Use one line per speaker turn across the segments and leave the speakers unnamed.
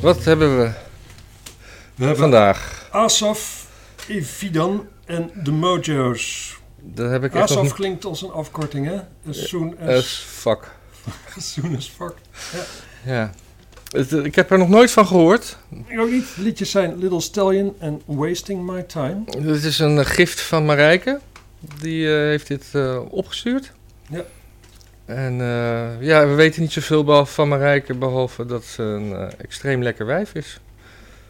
Wat hebben we
We hebben
vandaag?
Asaf, Evidan en de Mojo's.
Dat heb ik echt nog
Asaf
niet...
klinkt als een afkorting, hè? As soon
As
as,
fuck.
as, soon as fuck.
Ja. Het, eh, ik heb er nog nooit van gehoord.
Ik ook niet. Liedjes zijn Little Stallion en Wasting My Time.
Dit is een eh, gift van Marijke. Die eh, heeft dit eh, opgestuurd.
Ja.
En eh, ja, we weten niet zoveel behal- van Marijke, behalve dat ze een eh, extreem lekker wijf is.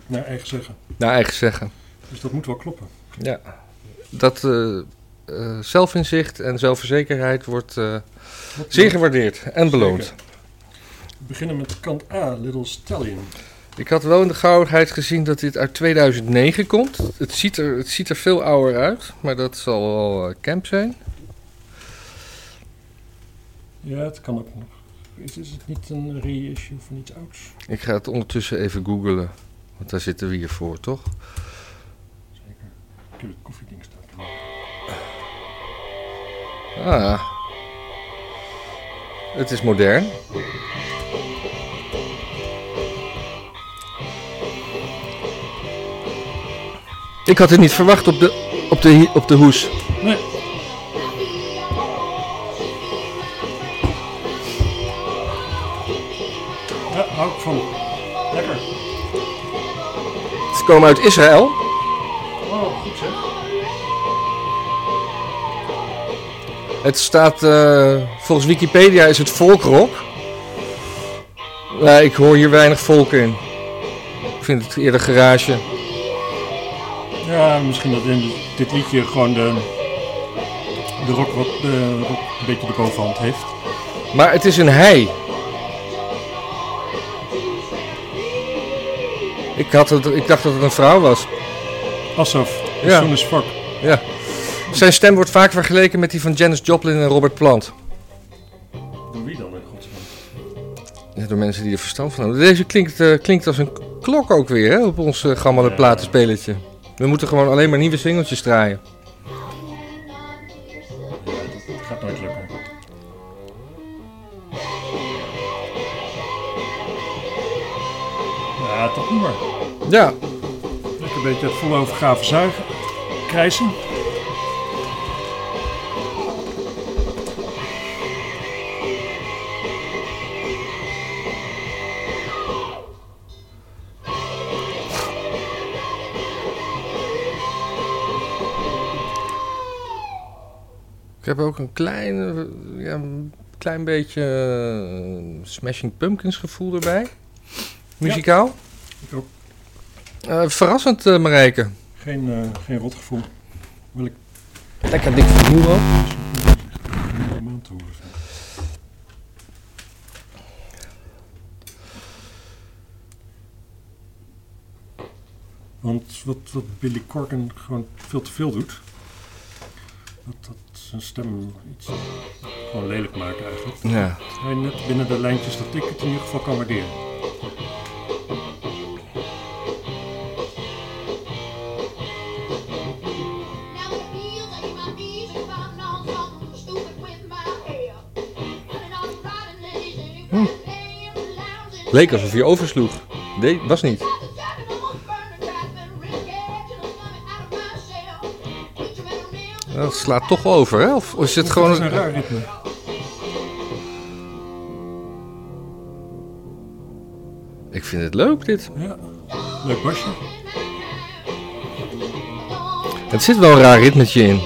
Naar eigen zeggen.
Naar eigen zeggen.
Dus dat moet wel kloppen.
Ja, dat eh, eh, zelfinzicht en zelfverzekerheid wordt eh,
Wat
zeer gewaardeerd en beloond.
Zeker. We beginnen met kant A, Little Stallion.
Ik had wel in de gauwigheid gezien dat dit uit 2009 komt. Het ziet er, het ziet er veel ouder uit, maar dat zal wel eh, camp zijn.
Ja, het kan ook nog. Is, is het niet een reissue van iets ouds?
Ik ga het ondertussen even googlen, want daar zitten we hier voor, toch?
Zeker. Ik heb het koffieding staan.
Ah, het is modern. Ik had het niet verwacht op de, op de, op de hoes.
Nee. Ja, hou ik van. Lekker.
Ze komen uit Israël.
Oh, goed zeg.
Het staat, eh, volgens Wikipedia is het volkrock. Nou, ik hoor hier weinig volk in. Ik vind het eerder garage.
Ja, misschien dat in dit liedje gewoon de, de rock wat eh, rock een beetje de bovenhand heeft.
Maar het is een hei. Ik, had het, ik dacht dat het een vrouw was.
Alsof, as
Ja.
soon as fuck.
Ja. Zijn stem wordt vaak vergeleken met die van Janis Joplin en Robert Plant.
Door wie dan in godsnaam?
Ja, door mensen die er verstand van hebben. Deze klinkt, eh, klinkt als een klok ook weer hè, op ons eh, gammele
Ja.
platenspelletje. We moeten gewoon alleen maar nieuwe singeltjes draaien.
Ja, dat gaat nooit lukken. Ja, toch niet meer.
Ja,
Lekker een beetje volle overgave zuigen. Krijsen.
Ik heb ook een klein, eh, ja, een klein beetje eh, Smashing Pumpkins gevoel erbij. Muzikaal.
Ik ook.
Eh, verrassend, eh Marijke.
Geen, eh, geen rotgevoel. Wil ik
Lekker dik vervoer ook.
een maand te horen. vinden. Want wat, wat Billy Corgan gewoon veel te veel doet. Dat, dat zijn stem iets gewoon lelijk maakt eigenlijk.
Ja.
Hij net binnen de lijntjes dat ik het in ieder geval kan waarderen.
Hmm. Leek alsof je oversloeg. Nee, was niet. Dat slaat toch over, hè? Of is het
Dat is
gewoon...
een raar ritme.
Ik vind het leuk, dit.
Ja. Leuk basje.
Het zit wel een raar ritmetje in.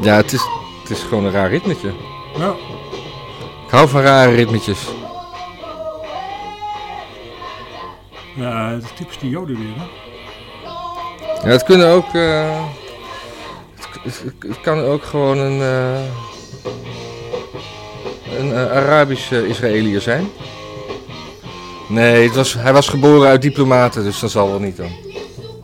Ja, het is, het is gewoon een raar ritmetje.
Ja.
Ik hou van rare ritmetjes.
Ja, het is typisch die joden weer, hè?
Ja, het kunnen ook. eh, het, het- het kan ook gewoon een. eh, een eh, Arabische Israëliër zijn. Nee, het was, hij was geboren uit diplomaten, dus dat zal wel niet dan.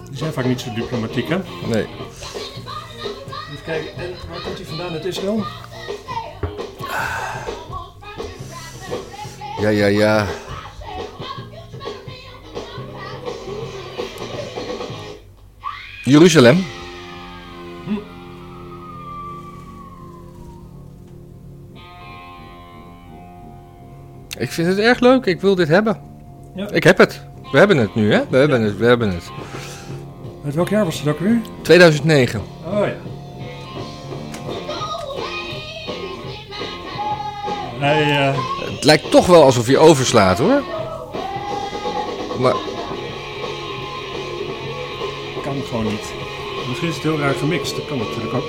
Die zijn vaak niet zo diplomatiek, hè?
Nee.
Even kijken, en waar komt hij vandaan uit Israël?
Ja, ja, ja. Jeruzalem. Ik vind het erg leuk, ik wil dit hebben.
Ja.
Ik heb het. We hebben het nu, hè? We hebben het, we hebben het.
Uit welk jaar was het ook weer?
2009.
Oh ja. Hij, eh,
Het lijkt toch wel alsof je overslaat, hoor. Maar
kan gewoon niet. Misschien is het heel raar gemixt, dat kan natuurlijk ook.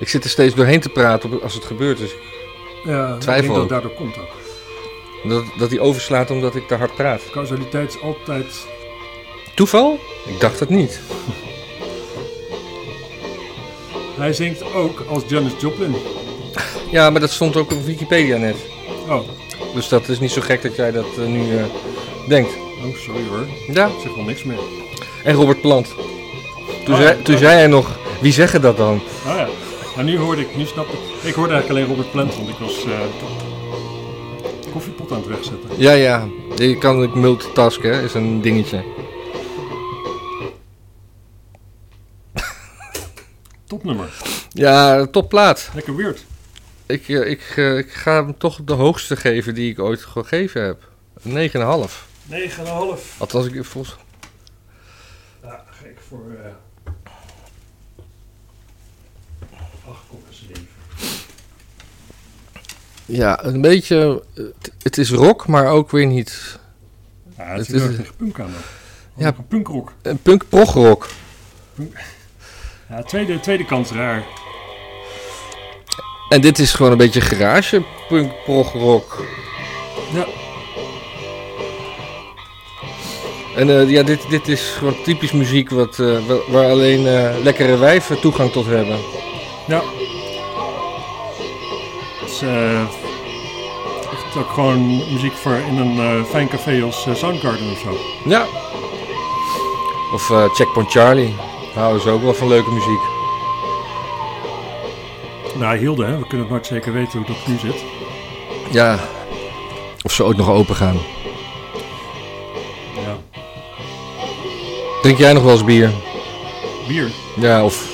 ik zit er steeds doorheen te praten op- als het dus gebeurd is.
Ja, ik
Twijfel
denk dat
ook.
het daardoor komt ook.
Dat, dat die overslaat omdat ik te hard praat.
Causaliteit is altijd...
Toeval? Ik dacht het niet.
Hij zingt ook als Janis Joplin.
Ja, maar dat stond ook op Wikipedia net.
Oh,
Dus dat is niet zo gek dat jij dat eh, nu eh, denkt.
oh sorry hoor.
Ja.
Ik zeg wel niks meer.
En Robert Plant. Toen,
Oh,
zei, toen
ja.
zei hij nog, wie zeggen dat dan?
Ah ja. Maar nu hoorde ik, nu snap ik. Ik hoorde eigenlijk alleen Robert Plant, want ik was eh, koffiepot aan het wegzetten.
Ja, ja. Je kan ook multitasken, hè, is een dingetje.
Topnummer.
Ja, topplaat.
Lekker weird.
Ik, eh, ik, eh, ik ga hem toch de hoogste geven die ik ooit gegeven heb. 9,5.
9,5.
Althans, ik volgens...
Ja, ga ik voor... eh 8,7.
Ja, een beetje... eh, het- Het is rock, maar ook weer niet.
Ja, het
Het
zit heel
is-
erg tegen punk aan dan.
Ja.
Ja. Een punkrock.
Een punk progrock.
Ja, tweede, tweede kans raar.
En dit is gewoon een beetje garage punk progrock.
Ja.
En eh, ja, dit, dit is gewoon typisch muziek wat, eh, wa- waar alleen eh, lekkere wijven toegang tot hebben.
Ja. Het is eh, echt ook gewoon muziek voor in een eh, fijn café als eh, Soundgarden of zo.
Ja. Of eh, Checkpoint Charlie. Daar houden ze ook wel van leuke muziek.
Nou, Hilde, hè? we kunnen het nooit zeker weten hoe dat nu zit.
Ja. Of ze ooit nog open gaan.
Ja.
Drink jij nog wel eens bier?
Bier.
Ja, of...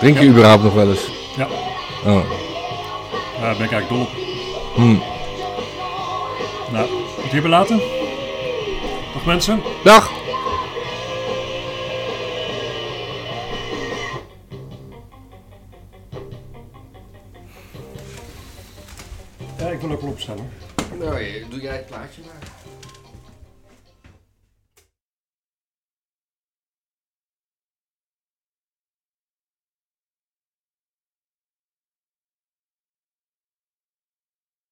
Drink je
Ja.
überhaupt nog wel eens?
Ja.
Oh.
Ja, Daar ben ik eigenlijk dol op. Hmm.
Hm.
Nou, het hierbij laten. Dag mensen.
Dag!
Ja, ik wil ook wel opstaan hoor.
Nou, doe jij eh, het plaatje maar.